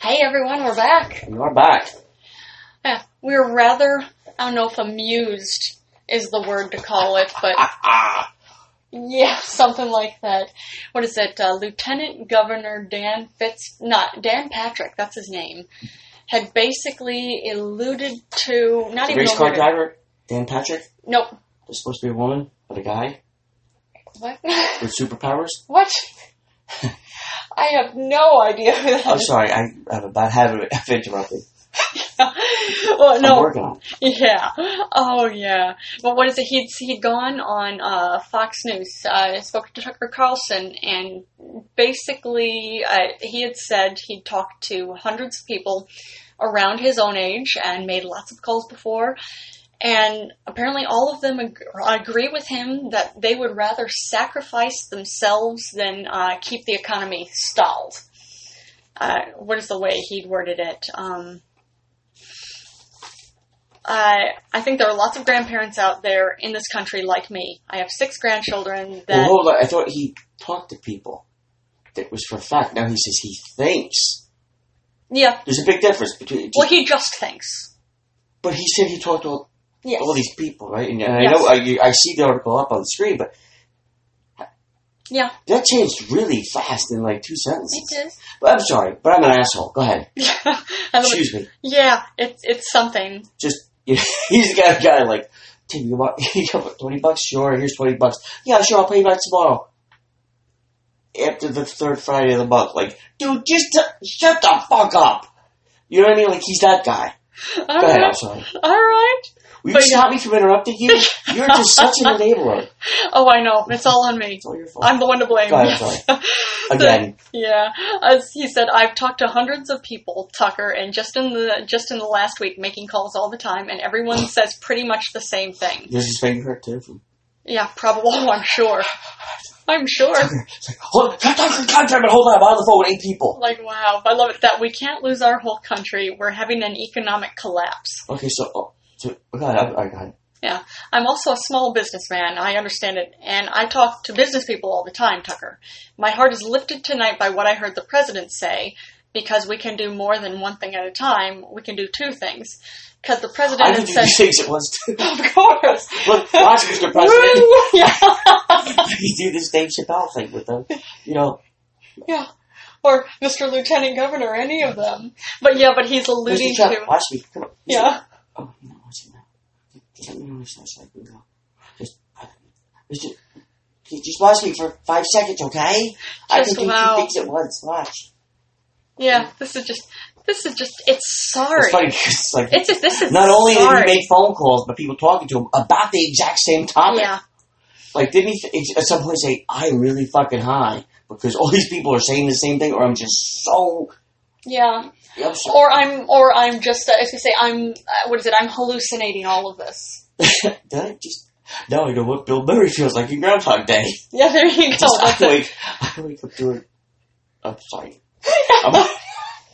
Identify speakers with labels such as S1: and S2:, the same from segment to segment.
S1: Hey everyone, we're back.
S2: And we're back.
S1: Yeah, we're rather, I don't know if amused is the word to call it, but
S2: Ah, ah.
S1: yeah, something like that. What is it? Uh, Lieutenant Governor Dan Fitz, not Dan Patrick, that's his name, had basically alluded to, not even
S2: Race
S1: a
S2: car
S1: word.
S2: driver, Dan Patrick,
S1: Nope.
S2: is supposed to be a woman, but a guy
S1: What?
S2: with superpowers.
S1: what? I have no idea who that
S2: I'm
S1: is.
S2: sorry, I have a bad habit of interrupting.
S1: well,
S2: I'm
S1: no,
S2: working on it.
S1: Yeah. Oh, yeah. But what is it? He'd he'd gone on uh, Fox News, uh, spoke to Tucker Carlson, and basically uh, he had said he'd talked to hundreds of people around his own age and made lots of calls before. And apparently, all of them ag- agree with him that they would rather sacrifice themselves than uh, keep the economy stalled. Uh, what is the way he'd worded it? Um, I I think there are lots of grandparents out there in this country like me. I have six grandchildren that
S2: Well, hold on. I thought he talked to people. That was for a fact. Now he says he thinks.
S1: yeah.
S2: There's a big difference between.
S1: Well, he just thinks.
S2: but he said he talked to all,
S1: Yes.
S2: all these people, right? And, and
S1: Yes.
S2: I know I, you- I see the article up on the screen, but
S1: Yeah.
S2: that changed really fast in like two
S1: It
S2: sentences.
S1: is.
S2: But I'm sorry, but I'm an asshole. Go ahead.
S1: Yeah.
S2: Excuse me.
S1: yeah. It's it's something.
S2: just you know, he's got a guy like, Tim, you want you got twenty bucks? Sure, here's twenty bucks. Yeah, sure, I'll pay you back tomorrow. After the third Friday of the month, like, dude, just t- shut the fuck up. You know what I mean? Like he's that guy.
S1: All
S2: Go ahead, I'm
S1: right.
S2: sorry.
S1: All right.
S2: Will you
S1: But-
S2: stop me from interrupting you? You're just such an enabler. It's
S1: Oh, I know. It's all on me.
S2: all your fault.
S1: I'm the one to blame.
S2: Go ahead,
S1: Yes.
S2: Again,
S1: Yeah, as he said, I've talked to hundreds of people, Tucker, and just in the just in the last week, making calls all the time, and everyone says pretty much the same thing.
S2: does his finger hurt too? From-
S1: Yeah, probably. Oh, I'm sure. I'm sure.
S2: It's like, hold, God, God, God damn it, hold on, I'm on the phone with eight people.
S1: Like, wow, I love it that we can't lose our whole country. We're having an economic collapse.
S2: Okay, so, oh, so, oh, God, I'm, I, I,
S1: I'm also a small businessman, I understand it, and I talk to business people all the time, Tucker. My heart is lifted tonight by what I heard the president say, because we can do more than one thing at a time. We can do two things. Because the president
S2: I
S1: had
S2: could do
S1: said,
S2: these things at once too.
S1: of course.
S2: Look, watch Mr. President.
S1: Woo! yeah.
S2: you do this Dave Chappelle thing with them. You know,
S1: yeah. Or Mr. Lieutenant Governor, any of them. But yeah, but he's alluding
S2: Mr. Trump,
S1: to.
S2: watch me. Come on.
S1: Yeah.
S2: Oh, you're not watching now. Let me know when it's so I can go. Just, uh, Mr. you Just watch me for five seconds, okay? I
S1: Just
S2: can do
S1: allow-
S2: two things at once. Watch.
S1: Yeah, this is just, this is just, it's sorry.
S2: It's funny 'cause it's like
S1: It's just, this is
S2: not only
S1: sorry.
S2: did he make phone calls, but people talking to him about the exact same topic.
S1: yeah,
S2: Like, didn't he th- at some point say, "I'm really fucking high"? Because all these people are saying the same thing, or I'm just so.
S1: yeah.
S2: I'm so
S1: Or I'm, or I'm just, uh, if you say I'm, uh, what is it? I'm hallucinating all of this.
S2: Did I just? Now I know what Bill Murray feels like in Groundhog Day.
S1: Yeah, there you go.
S2: Just
S1: Oh, That's
S2: I
S1: it.
S2: wake, I wake up doing. I'm sorry. I'm,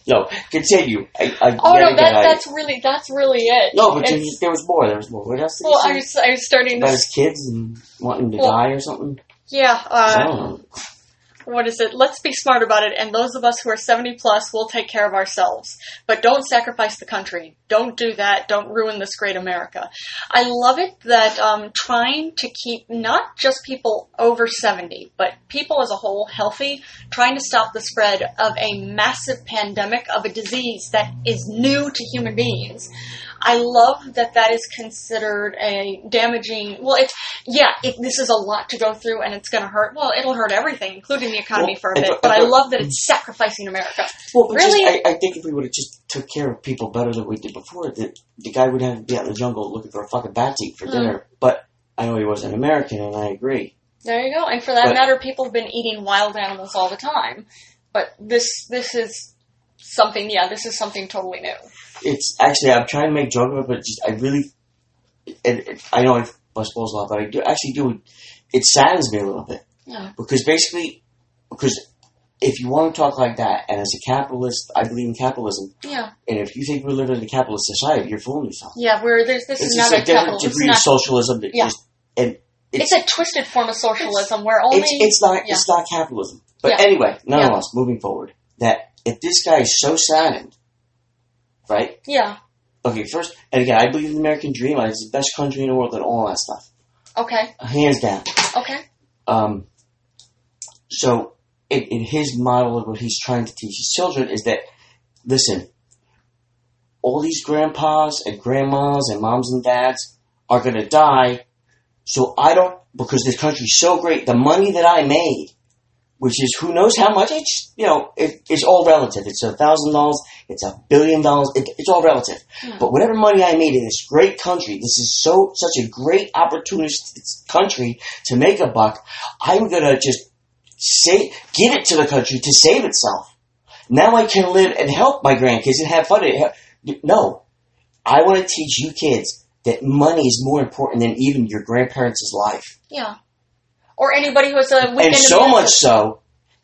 S2: no, continue. I, I
S1: Oh
S2: get
S1: no,
S2: it,
S1: that
S2: I-
S1: that's really that's really it.
S2: no, but there
S1: It's-
S2: was, there was more. There was more. What else did
S1: well, I
S2: he say?
S1: was I was starting
S2: About
S1: this.
S2: his kids and wanting to
S1: Well,
S2: die or something.
S1: Yeah.
S2: I
S1: Uh,
S2: don't know.
S1: what is it? Let's be smart about it, and those of us who are seventy plus will take care of ourselves. But don't sacrifice the country. Don't do that. Don't ruin this great America. I love it that um, trying to keep not just people over seventy, but people as a whole healthy, trying to stop the spread of a massive pandemic of a disease that is new to human beings. I love that that is considered a damaging. Well, it's yeah. It, this is a lot to go through, and it's going to hurt. Well, it'll hurt everything, including the economy,
S2: Well,
S1: for a bit.
S2: it's a-
S1: but I
S2: it's a-
S1: love that it's sacrificing America.
S2: Well, but just-
S1: really?
S2: I, I think if we would have just took care of people better than we did before, the, the guy would have to be out in the jungle looking for a fucking bat to eat for
S1: Mm.
S2: dinner. But I know he was an American, and I agree.
S1: There you go. And for that
S2: But-
S1: matter, people have been eating wild animals all the time. But this this is something. Yeah, this is something totally new.
S2: it's actually I'm trying to make joke of it, but just I really, and and I know I bust balls a lot, but I do actually do. It saddens me a little bit
S1: Yeah.
S2: because basically, because if you want to talk like that, and as a capitalist, I believe in capitalism,
S1: Yeah.
S2: and if you think we live in a capitalist society, you're fooling yourself.
S1: Yeah. Where there's this
S2: It's
S1: is
S2: just
S1: not
S2: a
S1: a capital.
S2: different
S1: It's
S2: degree of
S1: not.
S2: socialism. That
S1: Yeah.
S2: just, and
S1: It's
S2: it's
S1: a twisted form of socialism where only.
S2: it's, it's not
S1: yeah.
S2: it's not capitalism. But
S1: Yeah.
S2: anyway, nonetheless, moving forward, that if this guy is so saddened, right?
S1: Yeah.
S2: Okay, first, and again, I believe the American dream. It's the best country in the world and all that stuff,
S1: Okay.
S2: hands down.
S1: Okay.
S2: Um, so, in, in his model of what he's trying to teach his children is that, listen, all these grandpas and grandmas and moms and dads are going to die. So I don't, because this country's so great, the money that I made, which is who knows how much, it's, you know, it, it's all relative. It's a thousand dollars, it's a billion dollars, it, it's all relative.
S1: Hmm.
S2: But whatever money I made in this great country, this is so, such a great opportunist country to make a buck, I'm gonna just say, give it to the country to save itself. Now I can live and help my grandkids and have fun. and he- No, I want to teach you kids that money is more important than even your grandparents' life,
S1: Yeah. Or anybody who has a weekend.
S2: and so
S1: immunity-
S2: much so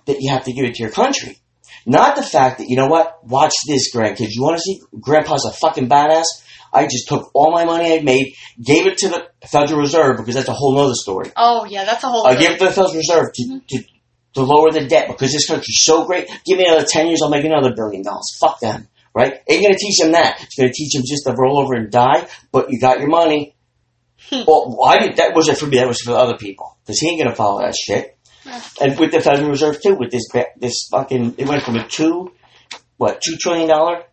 S2: that you have to give it to your country. Not the fact that you know what? Watch this, grandkids. You want to see grandpa's a fucking badass? I just took all my money I made, gave it to the Federal Reserve because that's a whole nother story.
S1: Oh yeah, that's a whole.
S2: I
S1: other-
S2: give it to the Federal Reserve
S1: Mm-hmm.
S2: to, to, to lower the debt because this country's so great. Give me another 10 years, I'll make another billion dollars. Fuck them, right? Ain't going to teach them that. It's going to teach them just to roll over and die, but you got your money.
S1: Hmm.
S2: well, I did, that wasn't for me, that was for other people because he ain't going to follow that shit.
S1: Yeah.
S2: And with the Federal Reserve too, with this ba- this fucking, it went from a two, what, two trillion dollar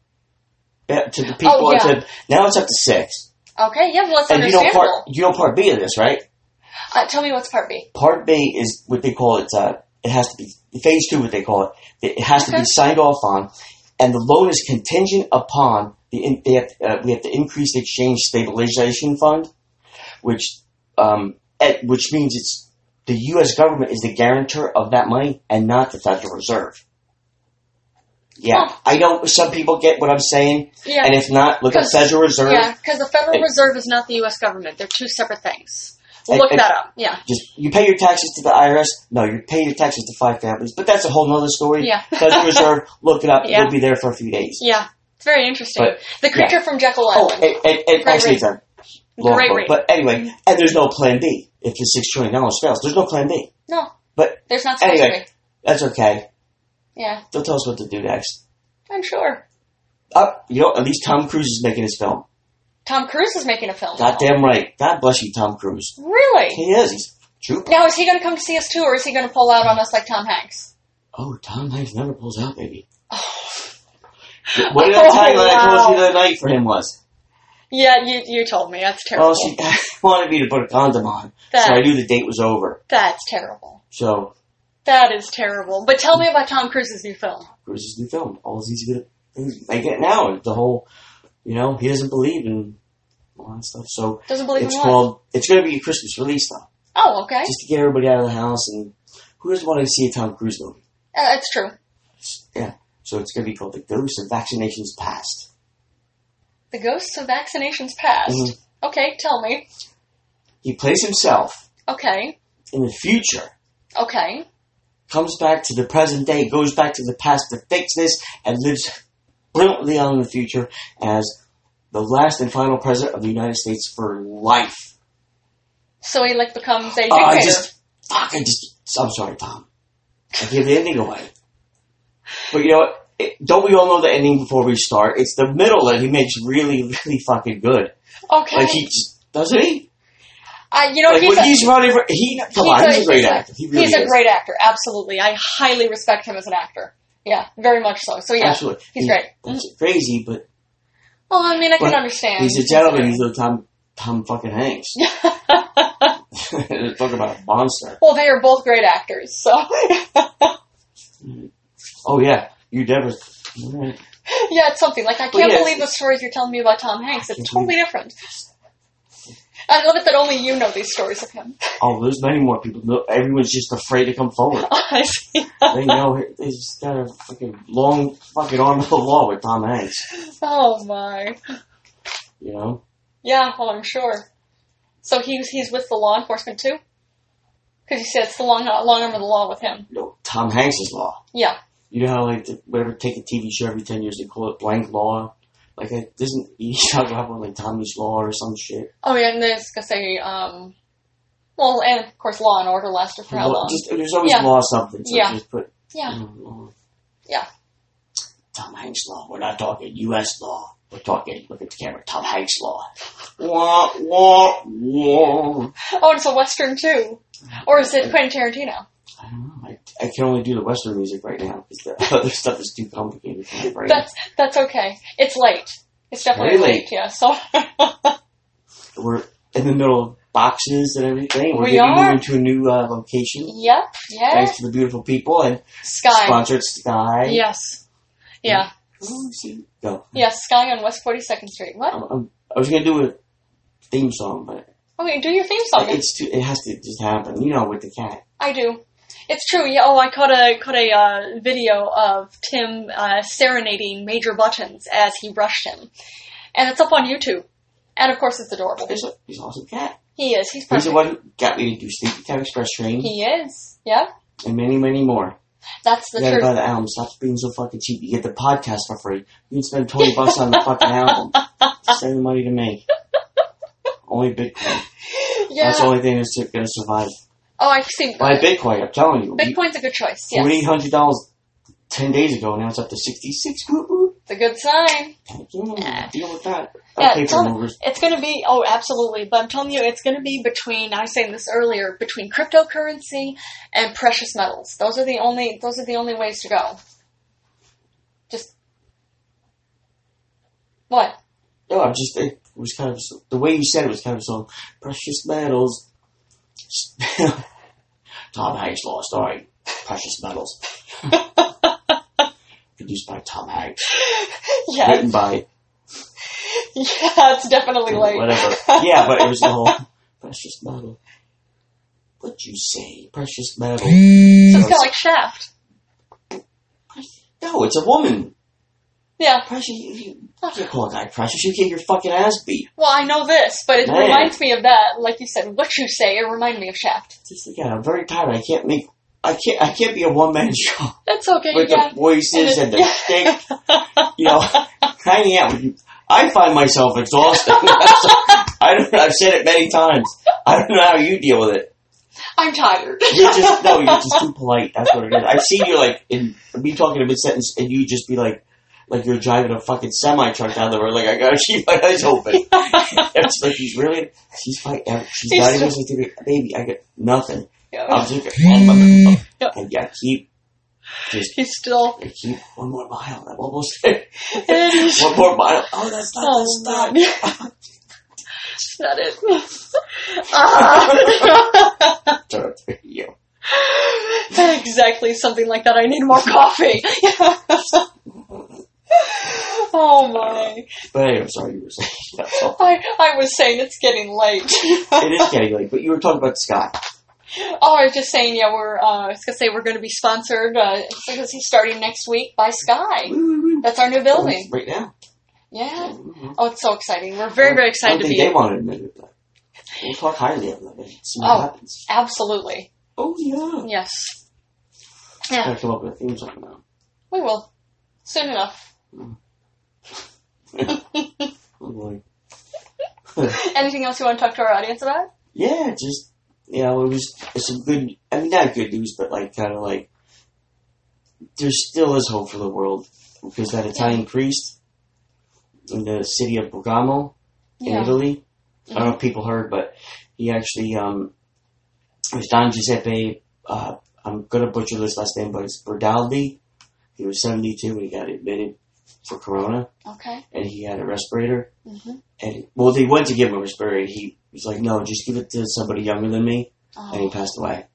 S2: bet to the people.
S1: Oh, yeah.
S2: to, now it's up to six.
S1: Okay. Yeah. Well, that's
S2: And you know
S1: understandable.
S2: part you know part B of this, right?
S1: uh, tell me what's part B.
S2: part B is what they call it. Uh, it has to be phase two. What they call it. It has to
S1: Okay.
S2: be signed off on, and the loan is contingent upon the. In, they have, uh, we have to increase the exchange stabilization fund, which um, at, which means it's the U.S. government is the guarantor of that money and not the Federal Reserve. Yeah,
S1: Huh.
S2: I know some people get what I'm saying,
S1: Yeah.
S2: and if not, look at
S1: Because-
S2: Federal Reserve.
S1: Yeah, because the Federal
S2: Hey.
S1: Reserve is not the U.S. government. They're two separate things.
S2: Hey,
S1: Look
S2: hey.
S1: that up. Yeah.
S2: just you pay your taxes to the IRS. No, you pay your taxes to five families, but that's a whole nother story.
S1: Yeah.
S2: Federal Reserve, look it up.
S1: Yeah.
S2: You'll be there for a few days.
S1: Yeah. It's very interesting.
S2: But-
S1: the creature from Jekyll
S2: Oh,
S1: Island.
S2: and, and, and
S1: Great
S2: actually,
S1: rate.
S2: it's a long
S1: Great
S2: book.
S1: rate.
S2: But anyway, and there's no plan B if the six trillion dollars fails. There's no plan B.
S1: no.
S2: but
S1: there's not supposed
S2: anyway.
S1: to
S2: That's okay.
S1: be. Yeah.
S2: They'll tell us what to do next.
S1: I'm sure.
S2: Uh, you know, at least Tom Cruise is making his film.
S1: Tom Cruise is making a film. now.
S2: Goddamn right. God bless you, Tom Cruise.
S1: Really?
S2: He is. He's a trooper.
S1: Now is he going to come to see us too, or is he going to pull out on us like Tom Hanks?
S2: Oh, Tom Hanks never pulls out, baby. What did I
S1: Oh,
S2: tell you when I told you
S1: wow.
S2: the night for him was?
S1: Yeah, you you told me that's terrible.
S2: Well, she wanted me to put a condom on, so I
S1: that
S2: knew the date was over.
S1: that's terrible.
S2: So
S1: That is terrible. But tell me about Tom Cruise's new film.
S2: Cruise is new film. All he's gonna he's- I get now is the whole, you know, he doesn't believe in all that stuff. So
S1: Doesn't believe
S2: it's
S1: in what?
S2: called. It's gonna be a Christmas release though,
S1: Oh, okay.
S2: just to get everybody out of the house. And who doesn't want to see a Tom Cruise movie?
S1: Uh, that's true.
S2: So it's gonna be called The Ghost of Vaccinations Past.
S1: The ghosts of vaccinations past.
S2: Mhm.
S1: Okay, tell me.
S2: He plays himself
S1: Okay.
S2: in the future.
S1: Okay.
S2: comes back to the present day, goes back to the past to fix this, and lives brilliantly on in the future as the last and final president of the United States for life.
S1: So he like becomes a
S2: Oh,
S1: dictator.
S2: I just, fuck, I just, I'm sorry, Tom. I gave the ending away. But you know what? It, don't we all know the ending before we start? It's the middle that he makes really, really fucking good.
S1: okay.
S2: Like he just, doesn't he?
S1: I- you know
S2: like
S1: he's
S2: when
S1: a,
S2: he's running for, he, come on, he's a great actor. He really
S1: he's a
S2: is.
S1: great actor. Absolutely, I highly respect him as an actor. Yeah, very much so. So yeah,
S2: Absolutely.
S1: he's great.
S2: That's crazy, but
S1: Well, I mean, I can
S2: Well,
S1: understand.
S2: He's a gentleman. He's no Tom Tom fucking Hanks. Talk about a monster.
S1: well, they are both great actors. So
S2: Oh yeah, you never. Alright.
S1: yeah, it's something. Like I
S2: Well,
S1: can't
S2: yeah.
S1: believe the stories you're telling me about Tom Hanks. It's
S2: Mhm.
S1: totally different. I love it that only you know these stories of him.
S2: Oh, there's many more people. No, Everyone's just afraid to come forward.
S1: I see.
S2: They know he- they just got a fucking long fucking arm of the law with Tom Hanks.
S1: Oh my.
S2: You know,
S1: Yeah, well, I'm sure. So he's he's with the law enforcement too, because you said it's the long uh, long arm of the law with him.
S2: no Tom Hanks' law.
S1: Yeah.
S2: You know how like the, whatever take a TV show every ten years they call it blank law. Like it doesn't he talk about one like Tommy's law or some shit.
S1: Oh yeah, and there's gonna say, um, well, and of course, Law and Order lasted for how
S2: Law-
S1: long?
S2: Just, there's always
S1: Yeah.
S2: law something. So
S1: Yeah.
S2: just put
S1: yeah,
S2: Mm, mm.
S1: Yeah.
S2: Hanks law. We're not talking U.S. law. We're talking, look at the camera, Tom Hanks law. Wah, wah, wah.
S1: Oh, it's a western too, or is it Quentin Tarantino?
S2: I don't know. I, I can only do the Western music right now because the other stuff is too complicated for my brain.
S1: That's that's okay. It's late. It's definitely
S2: Very
S1: late. Yeah. So
S2: We're in the middle of boxes and everything. We're
S1: We
S2: getting
S1: are.
S2: moving to a new uh, location.
S1: yep. Yeah.
S2: Thanks to the beautiful people and
S1: Sky.
S2: sponsored Sky.
S1: Yes. Yeah.
S2: Oh, see, go.
S1: Yes. Sky on West Forty Second Street. What?
S2: I'm, I'm, I was gonna do a theme song, but
S1: Okay, do your theme song.
S2: it's too, it has to just happen. You know, with the cat.
S1: I do. It's true. Yeah. Oh, I caught a caught a uh, video of Tim uh, serenading Major Buttons as he rushed him, and it's up on YouTube. And of course, it's adorable.
S2: He's a he's an awesome cat.
S1: He is. He's
S2: He's the
S1: perfect.
S2: one who got me to do Sleepy Time Express Train
S1: He is. Yeah.
S2: and many many more.
S1: That's the
S2: You gotta
S1: truth.
S2: buy the album. Stop being so fucking cheap. You get the podcast for free. You can spend twenty bucks on the fucking album. Send the money to me. Only Bitcoin.
S1: Yeah.
S2: That's the only thing that's gonna survive.
S1: oh, I see.
S2: Buy Bitcoin. I'm telling you.
S1: Bitcoin's a good choice. Yes.
S2: Forty eight hundred dollars ten days ago. Now it's up to sixty six. Woo woo.
S1: It's a good sign.
S2: Yeah, deal with that.
S1: Yeah,
S2: Okay,
S1: it's all-
S2: movers.
S1: It's going to be, oh, absolutely. But I'm telling you, it's going to be between, I was saying this earlier, between cryptocurrency and precious metals. Those are the only, those are the only ways to go. Just, what?
S2: No, I'm just. It was kind of the way you said it was kind of so precious metals. Tom Hanks law starring precious metals. Produced by Tom Hanks,
S1: Yeah,
S2: written by
S1: yeah, it's definitely late.
S2: whatever. Yeah, but it was the whole precious metal. What'd you say, precious metal?
S1: So it's kind of like Shaft.
S2: No, it's a woman.
S1: Yeah.
S2: Precious, you, you can't call a guy precious. You get your fucking ass beat.
S1: Well, I know this, but it
S2: Man.
S1: reminds me of that. Like you said, what you say, it reminded me of Shaft.
S2: Just again, I'm very tired. I can't make. I can't. I can't be a one man show.
S1: That's okay,
S2: with
S1: yeah.
S2: the voices and the
S1: Yeah.
S2: shtick. You know, hanging out with you. I find myself exhausted. I don't. I've said it many times. I don't know how you deal with it.
S1: I'm tired.
S2: You're just no. You're just too polite. That's what it is. I've seen you like in me talking a mid sentence, and you just be like, like you're driving a fucking semi truck down the road. Like I gotta keep my eyes open. it's like she's really. She's fighting. She's not even listening to me. Baby, I get nothing. I'm just. And yeah, keep. Just
S1: He's still.
S2: I keep one more mile. I'm almost there. One more mile. Oh, that's not the stop.
S1: That's not it. Ah.
S2: Turn to you.
S1: exactly something like that. I need more coffee. oh my.
S2: But anyway, I'm sorry you were saying that's all.
S1: I, I was saying it's getting late.
S2: It is getting late, but you were talking about Scott.
S1: oh, I was just saying, yeah, we're, uh, I was going to say we're going to be sponsored uh, because he's starting next week by Sky. That's our new building.
S2: Right now.
S1: Yeah.
S2: Mhm.
S1: Oh, it's so exciting. We're very, very
S2: I don't
S1: excited to
S2: think
S1: be
S2: they
S1: here.
S2: want to admit it, but we'll talk highly of them and see what
S1: Oh.
S2: happens.
S1: Absolutely.
S2: Oh, yeah.
S1: Yes.
S2: I
S1: Yeah,
S2: gotta come up with a theme song now.
S1: we will. Soon enough.
S2: Oh, boy.
S1: Anything else you want to talk to our audience about?
S2: Yeah, just, you know, it was it's some good, I mean, not good news, but like, kind of like, there still is hope for the world because that Italian priest in the city of Bergamo, in Italy. I don't know if people heard, but he actually um, it was Don Giuseppe. Uh, I'm gonna butcher this last name, but it's Berdaldi. He was 72 when he got admitted for corona,
S1: Okay.
S2: and he had a respirator.
S1: Mm-hmm.
S2: And well, they went to give him a respirator. and He was like, "No, just give it to somebody younger than me," and he
S1: Oh,
S2: passed away.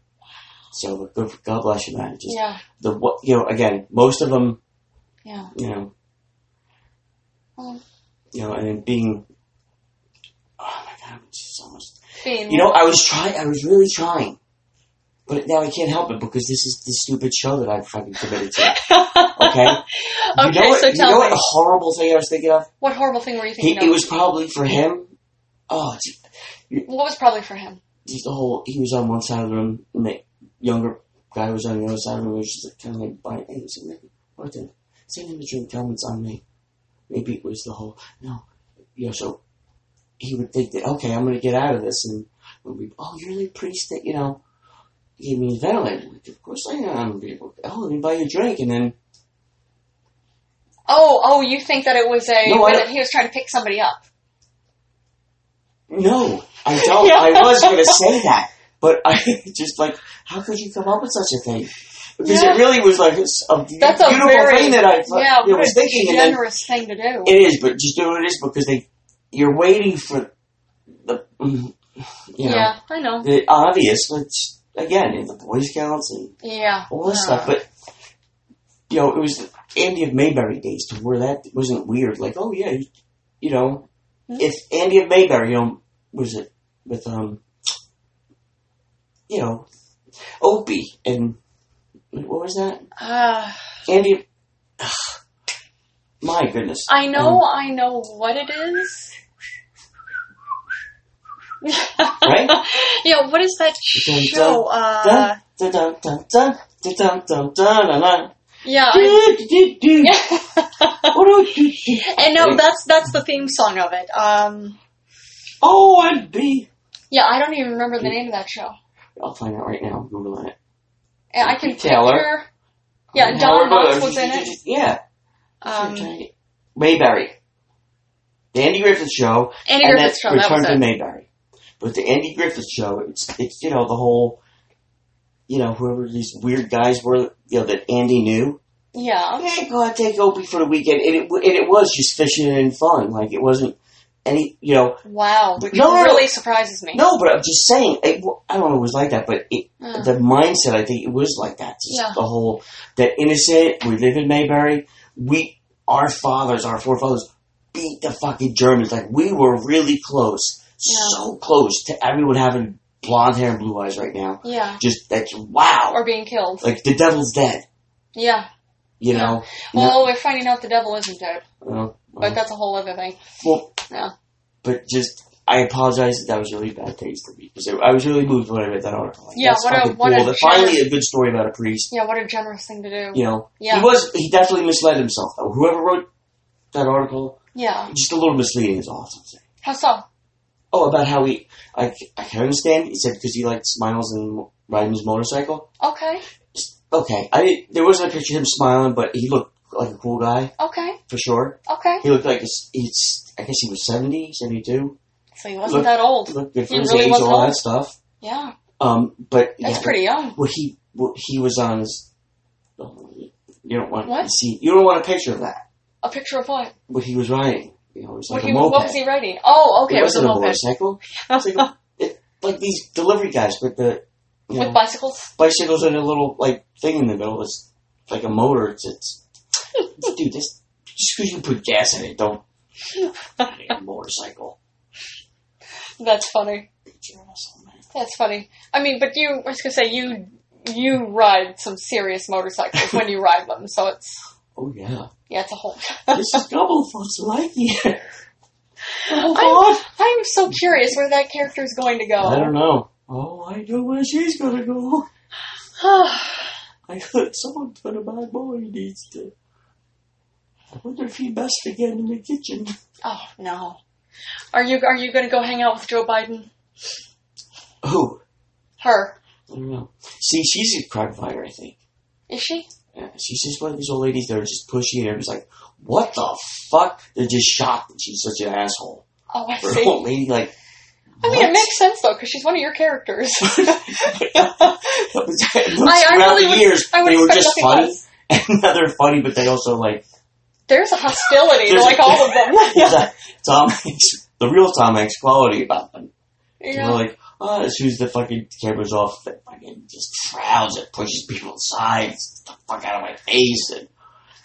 S2: So good for, God bless you, man. Just
S1: yeah,
S2: the what you know again, most of them,
S1: yeah.
S2: you know,
S1: Um,
S2: you know, and then being. Oh my God, I'm just so much
S1: Being,
S2: You know, I was trying. I was really trying, but now I can't help it because this is the stupid show that I've fucking committed to. Okay. you know
S1: Okay,
S2: what,
S1: so
S2: you
S1: tell
S2: know
S1: me.
S2: what horrible thing I was thinking of?
S1: what horrible thing were you
S2: He,
S1: thinking
S2: it
S1: of?
S2: was probably for him. Oh, it's
S1: what was probably for him?
S2: just the whole. He was on one side of the room, and the younger guy was on the other side of the room. Just like, kind of like, by, hey, so maybe, what the, send him a drink. Tell him it's on me. Maybe it was the whole. No, you know, so he would think that okay, I'm gonna get out of this, and would be, oh, you're the priest that you know gave me the ventilator. Like, of course I am. I'm gonna be able- Oh, let me buy you a drink, and then
S1: Oh, oh, you think that it was a
S2: No, I
S1: that
S2: don't-
S1: he was trying to pick somebody up?
S2: No, I don't.
S1: Yeah.
S2: I was going to say that, but I just like, how could you come up with such a thing? Because
S1: Yeah.
S2: it really was like it's a
S1: That's a
S2: beautiful
S1: very
S2: thing that I thought-
S1: yeah,
S2: you know,
S1: what
S2: was
S1: a
S2: thinking, and then
S1: generous thing to do.
S2: it is. But just do what it is because they, you're waiting for the, mm, you know,
S1: yeah, I know.
S2: the obvious. Which again, in the Boy Scouts and
S1: Yeah,
S2: all this
S1: Uh,
S2: stuff. But you know, it was the Andy of Mayberry days to where that wasn't weird. Like, oh yeah, you, you know,
S1: Mhm.
S2: if Andy of Mayberry, you know, was it with um, you know, Opie and what was that?
S1: uh,
S2: Andy. My goodness.
S1: I know,
S2: Um,
S1: I know what it is.
S2: Right?
S1: yeah, what is that
S2: Dun,
S1: show? Uh,
S2: dun, dun, dun, dun, dun, dun, dun, dun, dun, dun.
S1: yeah. I-
S2: Do, do, do, do. What do I do?
S1: and no, that's that's the theme song of it. Um,
S2: Oh, and B.
S1: yeah, I don't even remember the name of that show.
S2: I'll find out right now. I'm Googling it.
S1: And I can
S2: Taylor.
S1: picture. Yeah,
S2: Howard
S1: Don Knotts
S2: Butler.
S1: was in it.
S2: Yeah.
S1: Um,
S2: Mayberry. The Andy Griffith Show,
S1: Andy
S2: and
S1: Griffith's
S2: then
S1: show. That
S2: Return
S1: was
S2: to
S1: it.
S2: Mayberry. But the Andy Griffith Show, it's it's you know the whole, you know whoever these weird guys were, you know that Andy knew.
S1: Yeah.
S2: Okay, go out take Opie for the weekend, and it w- and it was just fishing and fun. Like it wasn't any, you know,
S1: Wow, which
S2: No, no, no.
S1: really surprises me.
S2: no. But I'm just saying, it, w- I don't know, it was like that, but it,
S1: Uh,
S2: the mindset. I think it was like that. Just
S1: Yeah.
S2: The whole that innocent. We live in Mayberry. We our fathers, our forefathers, beat the fucking Germans. Like we were really close,
S1: Yeah.
S2: so close to everyone having blonde hair and blue eyes right now.
S1: yeah,
S2: Just that's wow.
S1: or being killed.
S2: like the devil's dead.
S1: Yeah.
S2: You know.
S1: Well, we're finding out the devil isn't dead,
S2: Uh,
S1: but that's a whole other thing.
S2: well,
S1: Yeah.
S2: But just. I apologize that that was really bad taste for me because I was really moved when I read that article. Like,
S1: Yeah,
S2: that's
S1: what a-
S2: fucking
S1: what a
S2: cool. That finally,
S1: generous-
S2: a good story about a priest.
S1: Yeah, what a generous thing to do.
S2: You know,
S1: Yeah,
S2: He was. He definitely misled himself, though. Whoever wrote that article,
S1: yeah.
S2: just a little misleading is all I'm saying.
S1: How so?
S2: Oh, about how he, I, I can understand. He said because he liked smiles and riding his motorcycle.
S1: Okay,
S2: Okay, I didn't- there wasn't a picture of him smiling, but he looked like a cool guy
S1: okay,
S2: for sure.
S1: okay.
S2: He looked like he's, he's I guess he was 70, 72.
S1: So he wasn't
S2: Look-
S1: that
S2: He
S1: old.
S2: looked good for
S1: He
S2: his
S1: really
S2: age,
S1: wasn't
S2: all
S1: old.
S2: that stuff.
S1: Yeah,
S2: Um, but
S1: that's
S2: yeah,
S1: pretty young.
S2: Well, he well, he was on his. You don't want to
S1: What?
S2: see. You don't want a picture of that.
S1: A picture of what?
S2: What he was riding, you know, it was like
S1: What,
S2: a
S1: he,
S2: moped.
S1: what was he writing? Oh, okay, it was a
S2: wasn't
S1: moped.
S2: motorcycle. It's like, it, like these delivery guys with the you know,
S1: With bicycles?
S2: bicycles and a little like thing in the middle. It's like a motor. It's, it's dude, this just because you put gas in it, don't motorcycle.
S1: That's funny.
S2: Beat your ass on that.
S1: That's funny. I mean, but you, I was gonna say, you, you ride some serious motorcycles when you ride them, so it's,
S2: Oh yeah,
S1: yeah, it's a whole
S2: this is Gobblefoot's like here. Oh
S1: I'm,
S2: God,
S1: I'm so curious where that character is going to go.
S2: I don't know. Oh, I know where she's gonna go. I heard someone put a bad boy needs to. I wonder if he messed again in the kitchen.
S1: oh no. Are you are you going to go hang out with Joe Biden?
S2: Oh,
S1: Her
S2: I don't know. Mm. See, she's a crime fighter, I think.
S1: is she?
S2: Yeah, she's just one of these old ladies that are just pushy and everyone's like, what the fuck? They're just shocked that she's such an asshole.
S1: Oh, I
S2: For an
S1: see.
S2: old lady, like,
S1: I mean, it
S2: what?
S1: makes sense though because she's one of your characters.
S2: But
S1: I
S2: throughout
S1: really
S2: the
S1: would-
S2: years,
S1: I would
S2: they were
S1: expect
S2: just
S1: nothing
S2: funny.
S1: less.
S2: And now they're funny, but they also, like,
S1: There's a hostility to
S2: There's a-
S1: like all of them.
S2: there's a Tom Hanks, the real Tom Hanks quality about them. They
S1: yeah.
S2: were like, oh, as soon as the fucking camera's off, that fucking just frowns and pushes people aside. Get the fuck out of my face. And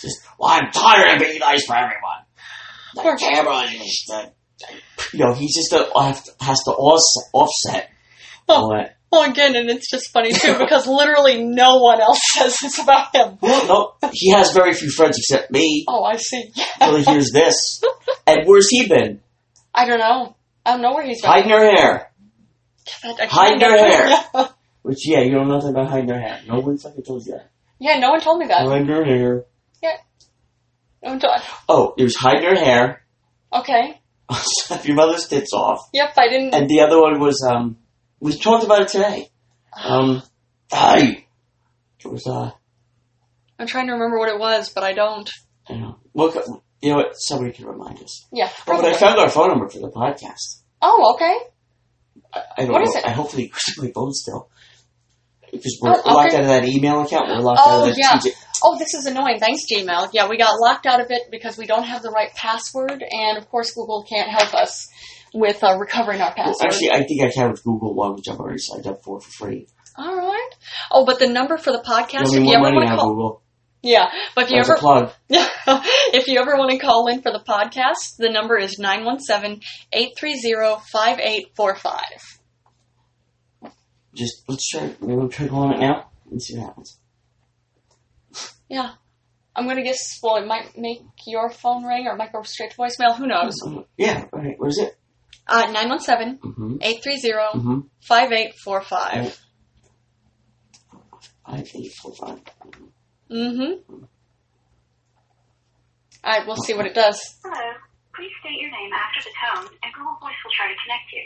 S2: just, well, I'm tired of being nice for everyone. The
S1: Poor-
S2: camera is just, uh, you know, he's just a, has to offset, offset all that.
S1: Well, again, and it's just funny too because literally no one else says this about him.
S2: Well, no, he has very few friends except me
S1: Oh, I see.
S2: until he hears this. And where's he been?
S1: I don't know. I don't know where he's
S2: Hiding her hair.
S1: I- I
S2: hiding
S1: can't
S2: her
S1: remember.
S2: Which, yeah, you know nothing about hiding her hair. No one fucking told you that.
S1: Yeah. yeah, no one told me that.
S2: Hiding her hair.
S1: No one told-
S2: Oh, there's hiding her hair.
S1: Okay.
S2: Slap your mother's tits off.
S1: Yep, I didn't.
S2: And the other one was um we talked about it today. Um I it uh, was uh
S1: I'm trying to remember what it was, but I don't.
S2: You know, look, you know what? Somebody can remind us.
S1: Yeah.
S2: Oh, but
S1: probably.
S2: I found our phone number for the podcast.
S1: oh, okay.
S2: I, I don't
S1: What
S2: know.
S1: is it?
S2: I hopefully it's my phone still. Because we're
S1: Oh,
S2: locked
S1: okay.
S2: out of that email account. We're locked
S1: Oh,
S2: out of that
S1: yeah.
S2: TJ.
S1: Oh, this is annoying. Thanks, Gmail. Yeah, we got locked out of it because we don't have the right password, and of course, Google can't help us with uh, recovering our
S2: Well,
S1: password.
S2: actually, I think I can with Google One, which I've already signed up for for free.
S1: All right. Oh, but the number for the
S2: Give
S1: podcast,
S2: me
S1: if you
S2: more
S1: ever
S2: money
S1: want to
S2: now,
S1: call,
S2: Google.
S1: yeah, but if you
S2: That's a
S1: ever
S2: plug.
S1: if you ever want to call in for the podcast, the number is 917-830-5845.
S2: Just let's try. We'll try calling it now and see what happens.
S1: Yeah. I'm going to guess, well, it might make your phone ring or it might go straight to voicemail. Who knows?
S2: Uh, yeah. All right. What is it?
S1: Uh,
S2: Mm-hmm.
S1: 917-830-5845.
S2: Mm-hmm. Five eight four five.
S1: Mm-hmm. All right, we'll see what it does.
S3: Hello. Please state your name after the tone, and Google Voice will try to connect you.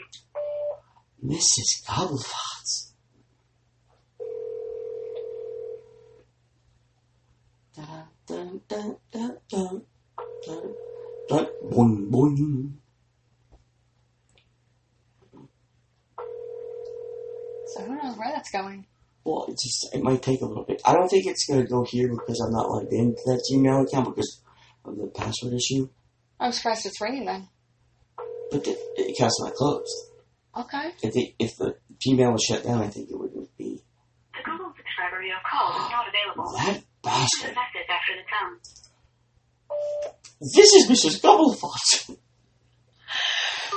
S2: Mrs. Cobblepot. Dun, dun, dun, dun, dun, dun, dun, boing, boing.
S1: So who knows where that's going?
S2: Well, it just it might take a little bit. I don't think it's gonna go here because I'm not logged into that Gmail account because of the password issue.
S1: I'm surprised it's ringing then.
S2: But the the account's not closed.
S1: Okay.
S2: If the if the Gmail was shut down, I think it wouldn't be
S3: The Google subscriber you have called is not available.
S2: that
S3: Leave a
S2: bastard.
S3: message after the tone.
S2: This is Mrs. Cobblepot.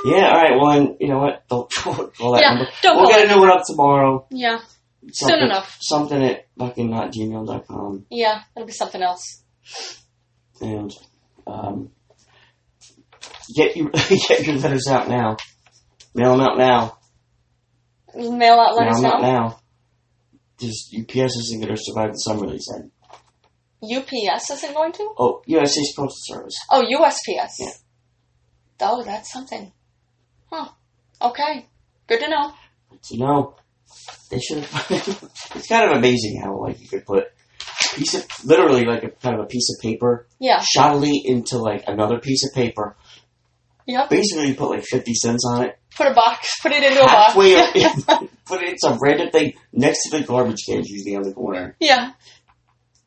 S2: yeah. All right. Well, then, you know what? Don't call that
S1: Yeah,
S2: number.
S1: don't
S2: we'll
S1: call
S2: get a new one up tomorrow.
S1: Yeah. Soon
S2: Something,
S1: enough.
S2: Something at uh, fucking not gmail.com.
S1: Yeah, it'll be something else.
S2: and um, get your get your letters out now. Mail them out now.
S1: Mail out
S2: Mail
S1: letters
S2: them out
S1: now.
S2: now. Just UPS isn't going to survive the summer. They said.
S1: UPS isn't going to?
S2: Oh, USA's postal service.
S1: Oh, USPS.
S2: Yeah.
S1: Oh, that's something. Huh. Okay. Good to know.
S2: So no, they should have. it's kind of amazing how like you could put a piece of literally like a kind of a piece of paper
S1: Yeah.
S2: shoddily into like another piece of paper.
S1: Yep.
S2: Basically, you put like fifty cents on it.
S1: Put a box. Put it into a box.
S2: Halfway, up- put it in some random thing next to the garbage can usually on the corner.
S1: yeah.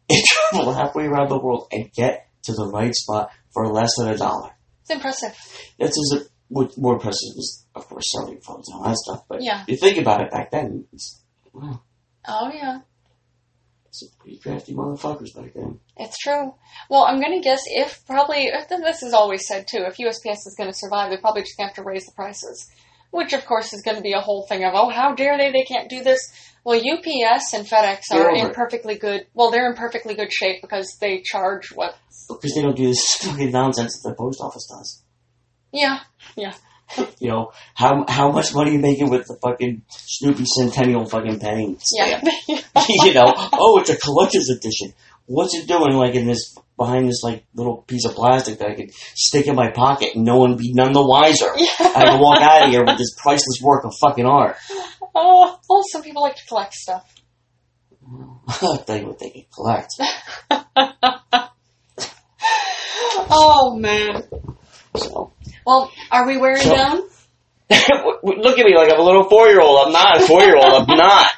S2: and travel halfway around the world and get to the right spot for less than a dollar.
S1: It's impressive.
S2: That's as what more impressive is, of course, selling phones and all that stuff. But
S1: Yeah.
S2: you think about it back then, it's, wow,
S1: Oh, yeah.
S2: it's a pretty crafty motherfuckers back then.
S1: It's true. Well, I'm going to guess if probably, this is always said too, if USPS is going to survive, they're probably just going to have to raise the prices. Which, of course, is going to be a whole thing of, oh, how dare they, they can't do this. Well, UPS and FedEx
S2: They're
S1: are
S2: over
S1: in
S2: it.
S1: perfectly good, well, they're in perfectly good shape because they charge what?
S2: Because they don't do this fucking nonsense that the post office does.
S1: Yeah.
S2: You know how how much money you making with the fucking Snoopy Centennial fucking penny
S1: Yeah.
S2: stamp? you know, oh, it's a collector's edition. What's it doing, like in this behind this like little piece of plastic that I could stick in my pocket and no one be none the wiser?
S1: yeah.
S2: I can walk out of here with this priceless work of fucking art.
S1: Oh, well, some people like to collect stuff.
S2: I'll tell you what they can collect.
S1: Oh, man.
S2: So.
S1: Well, are we wearing
S2: So-
S1: down?
S2: Look at me like I'm a little four year old. I'm not a four year old. I'm not.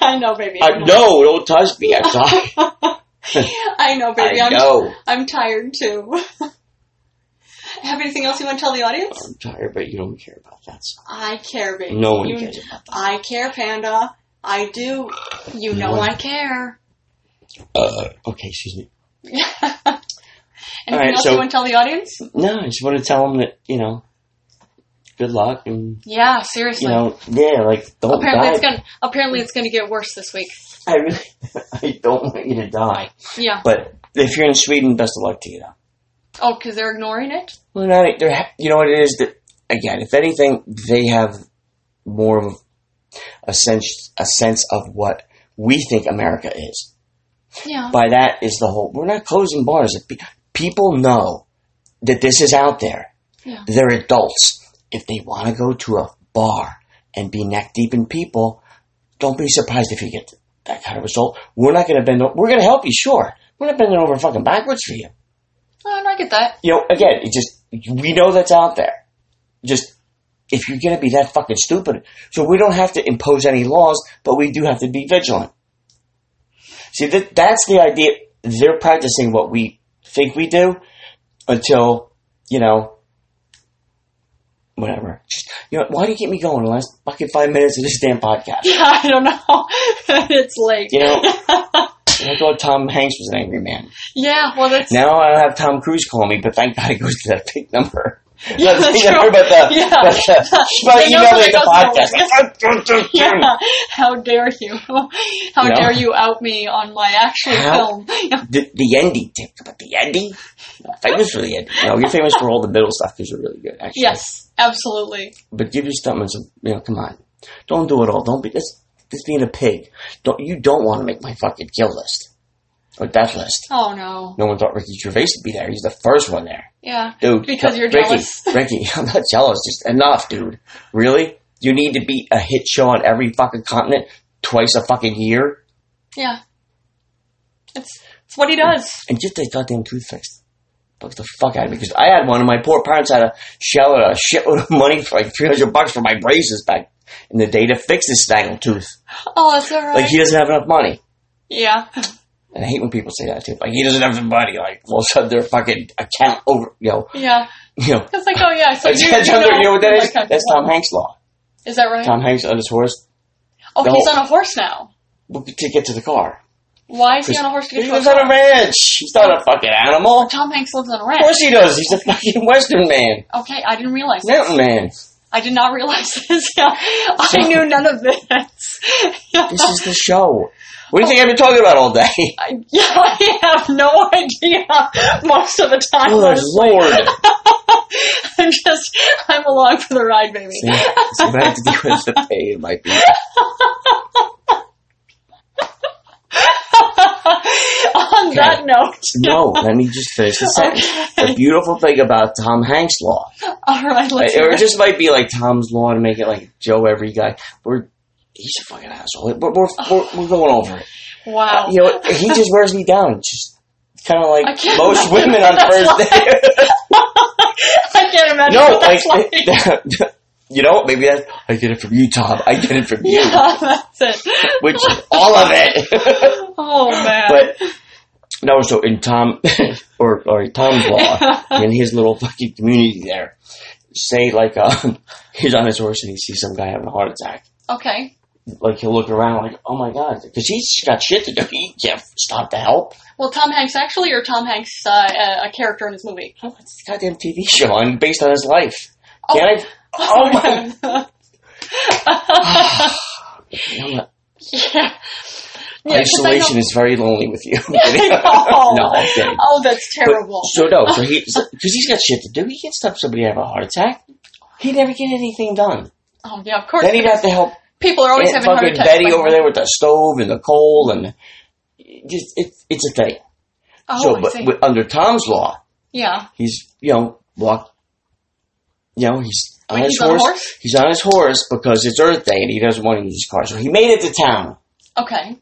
S1: I know, baby.
S2: I,
S1: I'm not.
S2: no, don't touch me. I'm sorry.
S1: I know, baby.
S2: I
S1: I'm
S2: know.
S1: I'm tired too. Have anything else you want to tell the audience?
S2: I'm tired, but you don't care about that. So.
S1: I care, baby.
S2: No one
S1: you,
S2: cares about that.
S1: I care, Panda. I do. You know
S2: No.
S1: I care.
S2: Uh, okay, excuse me.
S1: anything
S2: right,
S1: else
S2: so-
S1: you want to tell the audience?
S2: No, I just want to tell them that, you know, good luck and,
S1: Yeah, seriously.
S2: you know, yeah, like, don't
S1: apparently
S2: die.
S1: it's gonna apparently it's gonna get worse this week.
S2: I really, I don't want you to die.
S1: Yeah.
S2: But if you're in Sweden, best of luck to you. Though.
S1: Oh, because they're ignoring it.
S2: Well, not, they're, ha- you know what it is that again, if anything, they have more of a sense a sense of what we think America is.
S1: Yeah.
S2: By that is the whole. We're not closing bars. If pe- People know that this is out there.
S1: Yeah.
S2: They're adults. If they want to go to a bar and be neck deep in people, don't be surprised if you get that kind of result. We're not going to bend. o- We're going to help you, sure, We're not bending over fucking backwards for you.
S1: Oh, no, I get that.
S2: You know, again, it just we know that's out there. Just if you're gonna be that fucking stupid, so we don't have to impose any laws, but we do have to be vigilant. See, that that's the idea. They're practicing what we think we do until you know. Whatever. Just, you know, why do you keep me going the last fucking five minutes of this damn podcast?
S1: Yeah, I don't know. it's late.
S2: You know, I thought Tom Hanks was an angry man.
S1: Yeah, well, that's.
S2: Now I have Tom Cruise call me, but thank God he goes to that big number.
S1: Yeah,
S2: Not the
S1: that's
S2: big number,
S1: true.
S2: but the,
S1: Yeah.
S2: but the, but
S1: They
S2: you
S1: know
S2: know,
S1: that
S2: like
S1: it goes
S2: the podcast.
S1: Yeah, how dare you? How
S2: You know?
S1: dare you out me on my actual
S2: How-
S1: film?
S2: The, the ending, Dick, but the ending? Famous for the ending. No, you're famous for all the middle stuff because you're really good, actually.
S1: yes, absolutely.
S2: But give your stomach some, you know, come on. Don't do it all. Don't be, that's, that's being a pig. Don't, you don't want to make my fucking kill list. Or death list.
S1: Oh no.
S2: No one thought Ricky Gervais would be there. He's the first one there.
S1: Yeah.
S2: dude.
S1: Because
S2: t-
S1: you're
S2: Ricky,
S1: jealous.
S2: Ricky, I'm not jealous. Just enough, dude. Really? You need to be a hit show on every fucking continent twice a fucking year,
S1: Yeah. It's it's what he does.
S2: and get that goddamn tooth fixed. Fuck the fuck out of me because I had one, and my poor parents had to shell out a shitload of money for like three hundred bucks for my braces back in the day to fix this dangled tooth.
S1: Oh, that's all right.
S2: Like he doesn't have enough money.
S1: yeah.
S2: And I hate when people say that too. Like he doesn't have the money. Like all of a sudden their fucking account over. You know.
S1: Yeah.
S2: You know.
S1: It's like, oh yeah, so you,
S2: that's
S1: you
S2: under-
S1: know,
S2: you know what that
S1: like,
S2: is?
S1: I-
S2: That's Tom Hanks' law.
S1: Is that right?
S2: Tom Hanks on his horse
S1: oh,
S2: the
S1: he's
S2: whole-
S1: on a horse now.
S2: to get to the car.
S1: Why is he on a horse to get
S2: He
S1: to a
S2: lives on a
S1: car?
S2: ranch. He's not a fucking animal. Of
S1: Tom Hanks lives on a ranch.
S2: course he does. He's a fucking Western man,
S1: Okay, I didn't realize this.
S2: mountain man.
S1: I did not realize this. Yeah. I knew none of this. Yeah.
S2: This is the show. What do you think I've been talking about all day?
S1: I, yeah, I have no idea most of the time.
S2: Oh Lord!
S1: I'm just, I'm along for the ride, baby.
S2: See, see what I have to do with the pay in my people.
S1: On that note,
S2: No, let me just finish the sentence. The beautiful thing about Tom Hanks' law,
S1: all right, let's
S2: or
S1: hear
S2: it
S1: it.
S2: just might be like Tom's law to make it like Joe every guy. We're he's a fucking asshole. We're we're, we're, we're going over it.
S1: Wow.
S2: You know, he just wears me down. Just kind of like
S1: I can't
S2: most
S1: imagine
S2: women on
S1: what
S2: first
S1: that's
S2: date.
S1: I can't imagine
S2: No,
S1: what
S2: like,
S1: that's like.
S2: you know, maybe that's, I get it from you, Tom. I get it from you,
S1: yeah, that's it.
S2: which is all of it.
S1: Oh, man.
S2: but no, so in Tom or or Tom's law in his little fucking community there, say like um, he's on his horse and he sees some guy having a heart attack.
S1: okay.
S2: Like he'll look around like, oh my god, because he's got shit to do. He can't stop to help.
S1: Well, Tom Hanks actually, or Tom Hanks, uh, a a character in his movie?
S2: Oh, it's a goddamn TV show and based on his life. Can I? Oh my! I'm not-
S1: yeah. Yeah, 'cause I
S2: Isolation
S1: know-
S2: is very lonely with you.
S1: I
S2: no,
S1: know.
S2: I'm kidding.
S1: Oh, that's
S2: But-
S1: terrible.
S2: so no, so he because he's got shit to do. He can't stop somebody having a heart attack. He'd never get anything done.
S1: oh, yeah, of course.
S2: Then he'd have to help
S1: People are always
S2: Aunt
S1: having heart
S2: fucking
S1: attacks.
S2: Betty
S1: by
S2: over
S1: the way.
S2: there with the stove and the coal and just it's it's a thing.
S1: Oh,
S2: so,
S1: I
S2: but
S1: see.
S2: with, under Tom's law,
S1: yeah.
S2: he's you know walk, you know he's on
S1: Wait,
S2: his
S1: he's on a
S2: horse.
S1: horse?
S2: He's on his horse because it's Earth Day and he doesn't want to use his car. So he made it to town
S1: Okay.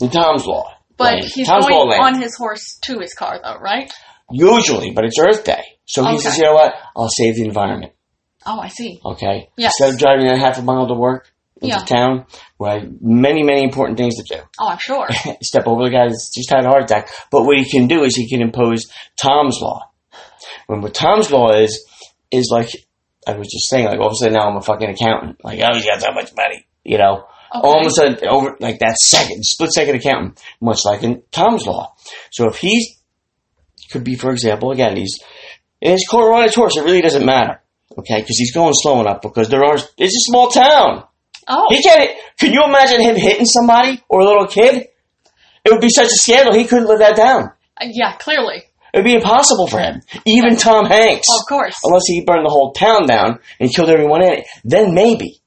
S2: in Tom's law.
S1: But
S2: Lane.
S1: he's
S2: Tom's law
S1: going
S2: lane.
S1: on his horse to his car, though, right?
S2: usually, but it's Earth Day. So he
S1: Okay.
S2: says, you know what? I'll save the environment.
S1: Oh, I see.
S2: Okay.
S1: Yes.
S2: Instead of driving that half a mile to work into
S1: Yeah.
S2: town, where I have many, many important things to do.
S1: Oh, I'm sure.
S2: Step over the guy that's just had a heart attack. But what he can do is he can impose Tom's law. When what Tom's law is, is like I was just saying, like all of a sudden now I'm a fucking accountant. Like, oh he's got so much money. You know?
S1: Okay.
S2: All of a sudden over like that second, split second accountant, much like in Tom's law. So if he's could be, for example, again, he's in his car on his horse, it really doesn't matter. Okay, because he's going slow enough because there are it's a small town.
S1: oh,
S2: He can't. Can you imagine him hitting somebody or a little kid? It would be such a scandal. He couldn't live that down.
S1: uh, yeah, clearly.
S2: It would be impossible for him. Even Tom Hanks,
S1: Of course.
S2: unless he burned the whole town down and killed everyone in it, then maybe.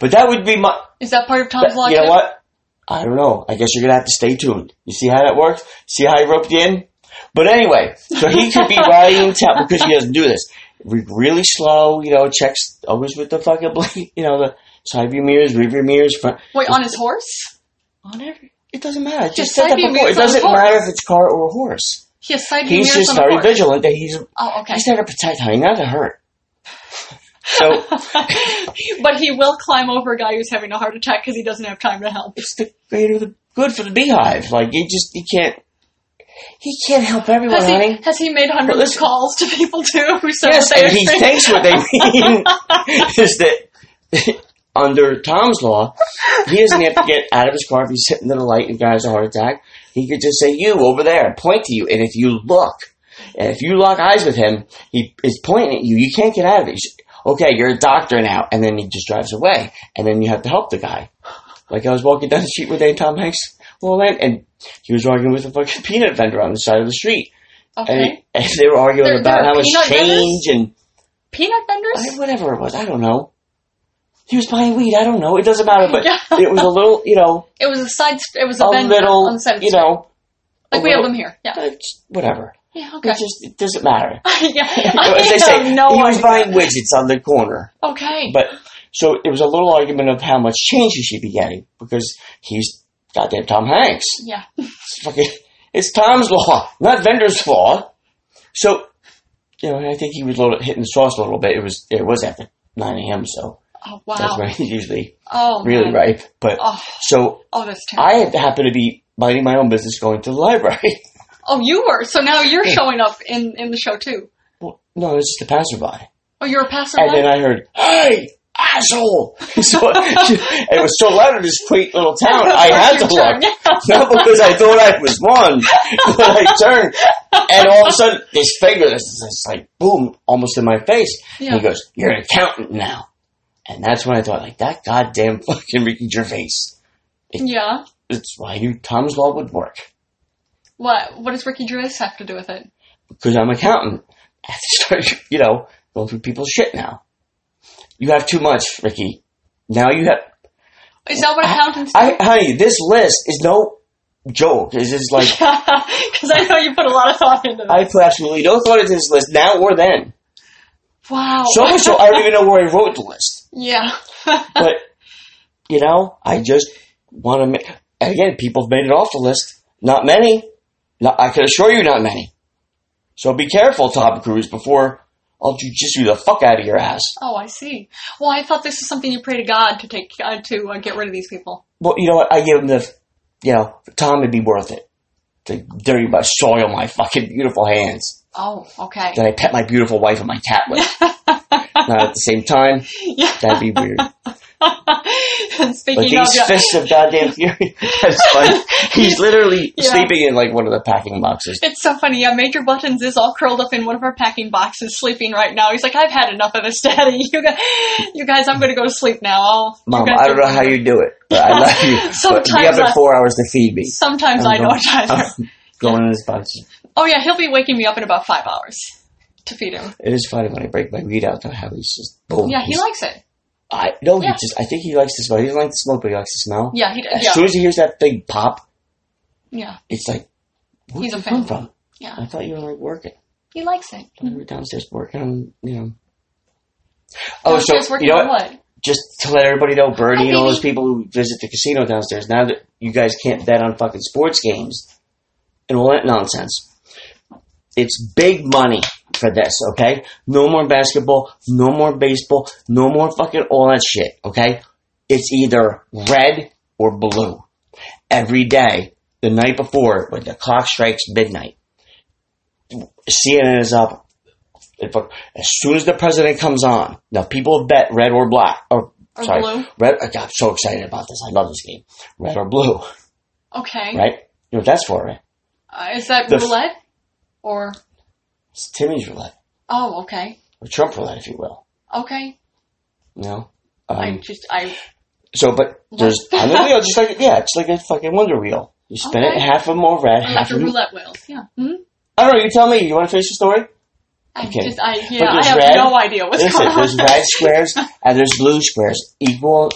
S2: But that would be my.
S1: Is that part of Tom's
S2: that-
S1: law,
S2: you know
S1: too?
S2: what? I don't know. I guess you're gonna have to stay tuned. You see how that works? See how he roped you in? But anyway, so he could be riding in town because he doesn't do this. Re- Really slow, you know. Checks always with the fucking, blink, you know, the side view mirrors, rear view mirrors, front.
S1: Wait, on his horse?
S2: On every It doesn't matter. I just
S1: Just
S2: said
S1: like
S2: that
S1: he
S2: before. It
S1: means on
S2: doesn't
S1: horse.
S2: matter if it's car or a horse.
S1: He has side
S2: He's
S1: mirrors
S2: just
S1: on the
S2: very
S1: horse.
S2: vigilant that he's
S1: Oh, okay.
S2: he's there to protect her, not to hurt. So
S1: but he will climb over a guy who's having a heart attack because he doesn't have time to help.
S2: it's the greater the good for the beehive. Like you just you can't he can't help everyone,
S1: Has
S2: honey.
S1: he, has he made hundreds
S2: But listen-
S1: of calls to people too who said
S2: yes,
S1: that they
S2: and he
S1: are straight?
S2: thinks what they mean is that under Tom's law, he doesn't have to get out of his car if he's sitting in the light and guy has a heart attack. He could just say, "You over there," and point to you, and if you look, and if you lock eyes with him, he is pointing at you. You can't get out of it. You should- okay, you're a doctor now, and then he just drives away, and then you have to help the guy. Like I was walking down the street one day, and Tom Hanks, well, then, and he was arguing with a fucking peanut vendor on the side of the street, and,
S1: Okay.
S2: and they were arguing
S1: There-
S2: about
S1: there are
S2: how much
S1: peanut vendors?
S2: change and
S1: Peanut
S2: I-
S1: vendors?
S2: whatever it was, I don't know. He was buying weed. I don't know. It doesn't matter. But
S1: Yeah.
S2: it was a little, you know,
S1: It was a side, st- it was a,
S2: a
S1: vendor on
S2: little,
S1: the side of the
S2: you
S1: street.
S2: know,
S1: Like
S2: a
S1: we have
S2: little-
S1: them here. Yeah.
S2: uh, just whatever.
S1: Yeah,
S2: It
S1: okay.
S2: just it doesn't matter.
S1: yeah. I
S2: As they
S1: have
S2: say,
S1: no
S2: he was
S1: idea.
S2: buying widgets on the corner.
S1: Okay.
S2: But so it was a little argument of how much change he should be getting because he's goddamn Tom Hanks.
S1: yeah.
S2: It's fucking, it's Tom's law, not vendor's law. So, you know, I think he was a little, hitting the sauce a little bit. It was it was after nine a.m. So
S1: Oh, wow.
S2: that's when he's usually
S1: oh,
S2: really
S1: man.
S2: ripe. But
S1: Oh,
S2: so
S1: oh, that's terrible.
S2: I happen to be minding my own business going to the library.
S1: oh, you were. So now you're showing up in, in the show too.
S2: well, no, it's just a passerby.
S1: Oh, you're a passerby?
S2: And then I heard, hey, asshole! so, it was so loud in this quaint little town, I had to
S1: Your turn.
S2: look. Not because I thought I was one, but I turned, and all of a sudden, this finger is just like, boom, almost in my face.
S1: Yeah.
S2: He goes, you're an accountant now. And that's when I thought, like, that goddamn fucking Ricky Gervais.
S1: yeah.
S2: It's why I knew Tom's Law would work.
S1: What what does Ricky Gervais have to do with it?
S2: because I'm an accountant. I have to start, you know, going through people's shit now. You have too much, Ricky. Now you have,
S1: Is that what accountants do?
S2: I, honey, this list is no joke. It's just like,
S1: Because I know you put a lot of thought into that.
S2: I put absolutely no thought into this list now or then.
S1: Wow.
S2: So much so I don't even know where I wrote the list.
S1: yeah.
S2: But, you know, I just want to make, again, people have made it off the list. Not many. Not, I can assure you not many. So be careful, Tom Cruise, before I'll jujitsu the fuck out of your ass.
S1: oh, I see. Well, I thought this was something you pray to God to take uh, to uh, get rid of these people.
S2: Well, you know what? I give him the, you know, Tom would be worth it to dirty my soil my fucking beautiful hands
S1: Oh, okay.
S2: that I pet my beautiful wife and my cat with. Not at the same time.
S1: yeah.
S2: That'd be weird.
S1: and
S2: But
S1: speaking of
S2: these
S1: yeah,
S2: fists of goddamn fury. That's funny. He's literally
S1: Yeah.
S2: sleeping in like one of the packing boxes.
S1: It's so funny. Yeah, Major Buttons is all curled up in one of our packing boxes, sleeping right now. He's like, "I've had enough of this, Daddy. You guys, you guys I'm going to go to sleep now." I'll, you
S2: Mom,
S1: guys
S2: I
S1: are-
S2: don't know how you do it, but I love you. But you have
S1: Sometimes I-
S2: like four hours to feed me.
S1: Sometimes
S2: I'm
S1: I
S2: going-
S1: don't either.
S2: I'm going in this box.
S1: Oh yeah, he'll be waking me up in about five hours to feed him.
S2: It is funny when I break my weed out. though, How he's just boom.
S1: Yeah, he
S2: Oh, he's-
S1: likes it.
S2: I no, he
S1: Yeah.
S2: just. I think he likes to smell. He doesn't like to smoke, but he likes to smell.
S1: Yeah, he
S2: As
S1: does. Yeah,
S2: soon as he hears that big pop,
S1: yeah,
S2: it's like, where
S1: He's
S2: did
S1: a
S2: you come
S1: fan.
S2: from?
S1: Yeah. Mm-hmm.
S2: I thought you were like working.
S1: he likes it.
S2: I thought you were downstairs working on, you know.
S1: Now
S2: Oh,
S1: he's
S2: so
S1: just working
S2: you know
S1: on
S2: what? Just to let everybody know, Bernie
S1: Hi,
S2: and all those
S1: baby.
S2: people who visit the casino downstairs. Now that you guys can't bet on fucking sports games and all that nonsense, it's big money for this. Okay, no more basketball, no more baseball, no more fucking all that shit. Okay, it's either red or blue every day the night before when the clock strikes midnight. CNN is up. If- As soon as the president comes on, now people have bet red or black or,
S1: Or
S2: sorry,
S1: blue.
S2: red. I got so excited about this. I love this game. Red or blue,
S1: Okay,
S2: right? You know what that's for, right?
S1: uh, is that
S2: The f-
S1: roulette or
S2: It's Timmy's roulette
S1: oh okay,
S2: or Trump roulette, if you will.
S1: okay?
S2: You know.
S1: I
S2: Um,
S1: just I
S2: so, but there's on the wheel, just like yeah, it's like a fucking wonder wheel. You spin it,
S1: Okay.
S2: half of them are red,
S1: I like
S2: half
S1: the
S2: of them.
S1: roulette wheels. Yeah. Hmm?
S2: I don't know. Oh, You tell me. You want to finish the story?
S1: I
S2: Okay.
S1: just I yeah
S2: there's
S1: I have
S2: red.
S1: no idea what's
S2: Listen,
S1: going on.
S2: there's red squares and there's blue squares, equal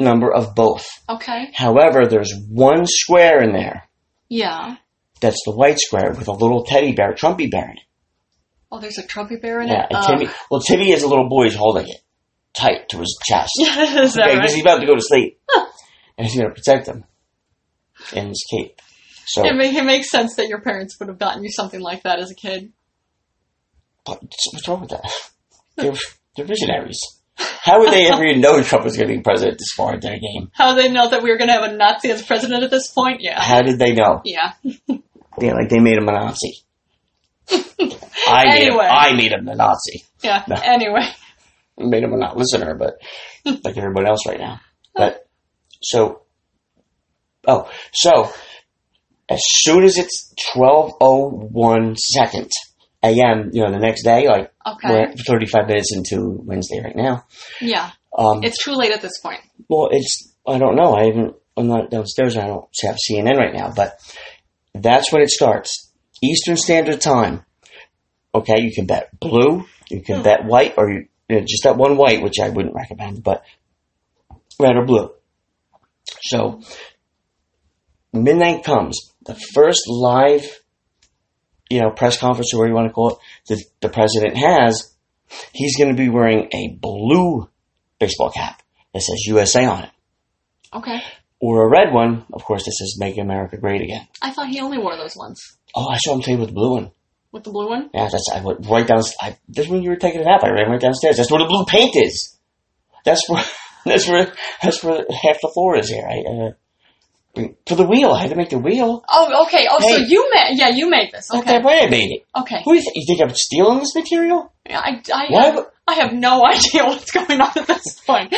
S2: number of both.
S1: Okay.
S2: However, there's one square in there
S1: Yeah.
S2: that's the white square with a little teddy bear, Trumpy bear in it.
S1: Oh, there's a trumpy bear in
S2: Yeah,
S1: it.
S2: and
S1: Oh.
S2: Timmy. Well, Timmy is a little boy who's holding it tight to his chest.
S1: is that
S2: Okay, because
S1: right?
S2: he's about to go to sleep, and he's going to protect him. and his cape. So
S1: It, ma- it makes sense that your parents would have gotten you something like that as a kid.
S2: But what's wrong with that? They're, they're visionaries. How would they ever even know Trump was going to be president this far in their game?
S1: How they know that we were going to have a Nazi as president at this point? Yeah.
S2: How did they know?
S1: Yeah.
S2: Yeah, like they made him a Nazi. I made
S1: Anyway.
S2: him. I made him a Nazi.
S1: Yeah.
S2: No.
S1: Anyway.
S2: I made him a not listener, but like everybody else right now. But so, oh, so as soon as it's twelve oh one second a.m. You know, the next day, like
S1: Okay.
S2: we're thirty five minutes into Wednesday right now.
S1: Yeah.
S2: Um,
S1: It's too late at this point.
S2: Well, it's I don't know. I haven't. I'm not downstairs. I don't have CNN right now, but that's when it starts. Eastern Standard Time. Okay, you can bet blue, you can
S1: Hmm.
S2: bet white, or you, you know, just that one white, which I wouldn't recommend, but red or blue. So midnight comes the first live, you know, press conference or whatever you want to call it that the president has. He's going to be wearing a blue baseball cap that says USA on it
S1: Okay.
S2: or a red one, of course, this is Make America Great Again.
S1: I thought he only wore those ones.
S2: Oh, I saw him playing with the blue one.
S1: With the blue one?
S2: Yeah, that's I went right down. I, that's when you were taking a nap. I ran right downstairs. That's where the blue paint is. That's where. That's where. That's where half the floor is here. I uh, for the wheel. I had to make the wheel.
S1: Oh, okay. Oh, so
S2: Hey.
S1: you made, yeah, you made this.
S2: Okay,
S1: Okay.
S2: where I made it.
S1: Okay.
S2: Who do you, think- you think I'm stealing this material?
S1: Yeah, I, I,
S2: Why
S1: have,
S2: would-
S1: I have no idea what's going on at this point.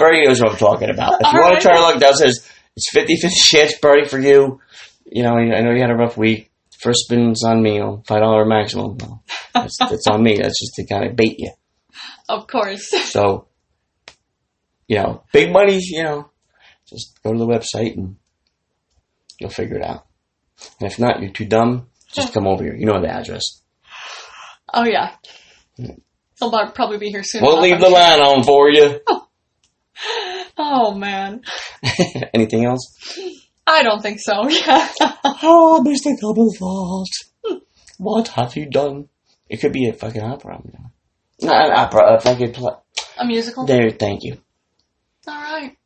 S2: Bernie knows what I'm talking about. If you
S1: All
S2: want
S1: right.
S2: to try to look downstairs, it's 50-50 chance Bernie for you. You know, I I know you had a rough week. First spin's on me. you know, Five dollar maximum. No, that's, that's on me. That's just to kind of bait you.
S1: of course.
S2: So, you know, big money, you know, just go to the website and you'll figure it out. And if not, you're too dumb, just come over here. You know the address.
S1: Oh, yeah. He'll prob- probably be here soon.
S2: We'll
S1: enough,
S2: leave
S1: I'm
S2: the
S1: sure.
S2: line on for you.
S1: Oh, man.
S2: Anything else?
S1: I don't think so. Yeah.
S2: Oh, Mr. Cobblepot. Hmm. What have you done? It could be a fucking opera. You know. Not an opera, a fucking pl-
S1: A musical?
S2: There, thank you.
S1: All right.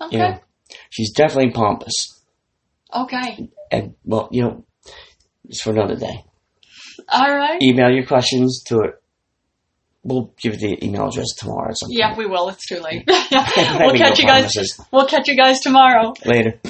S1: Okay.
S2: You know, she's definitely pompous.
S1: Okay.
S2: And, well, you know, it's for another day.
S1: All right.
S2: email your questions to it. We'll give you the email address tomorrow or something.
S1: Yeah, we will. It's too late. Yeah.
S2: I
S1: We'll
S2: make
S1: catch
S2: no
S1: you guys.
S2: promises.
S1: We'll catch you guys tomorrow.
S2: later.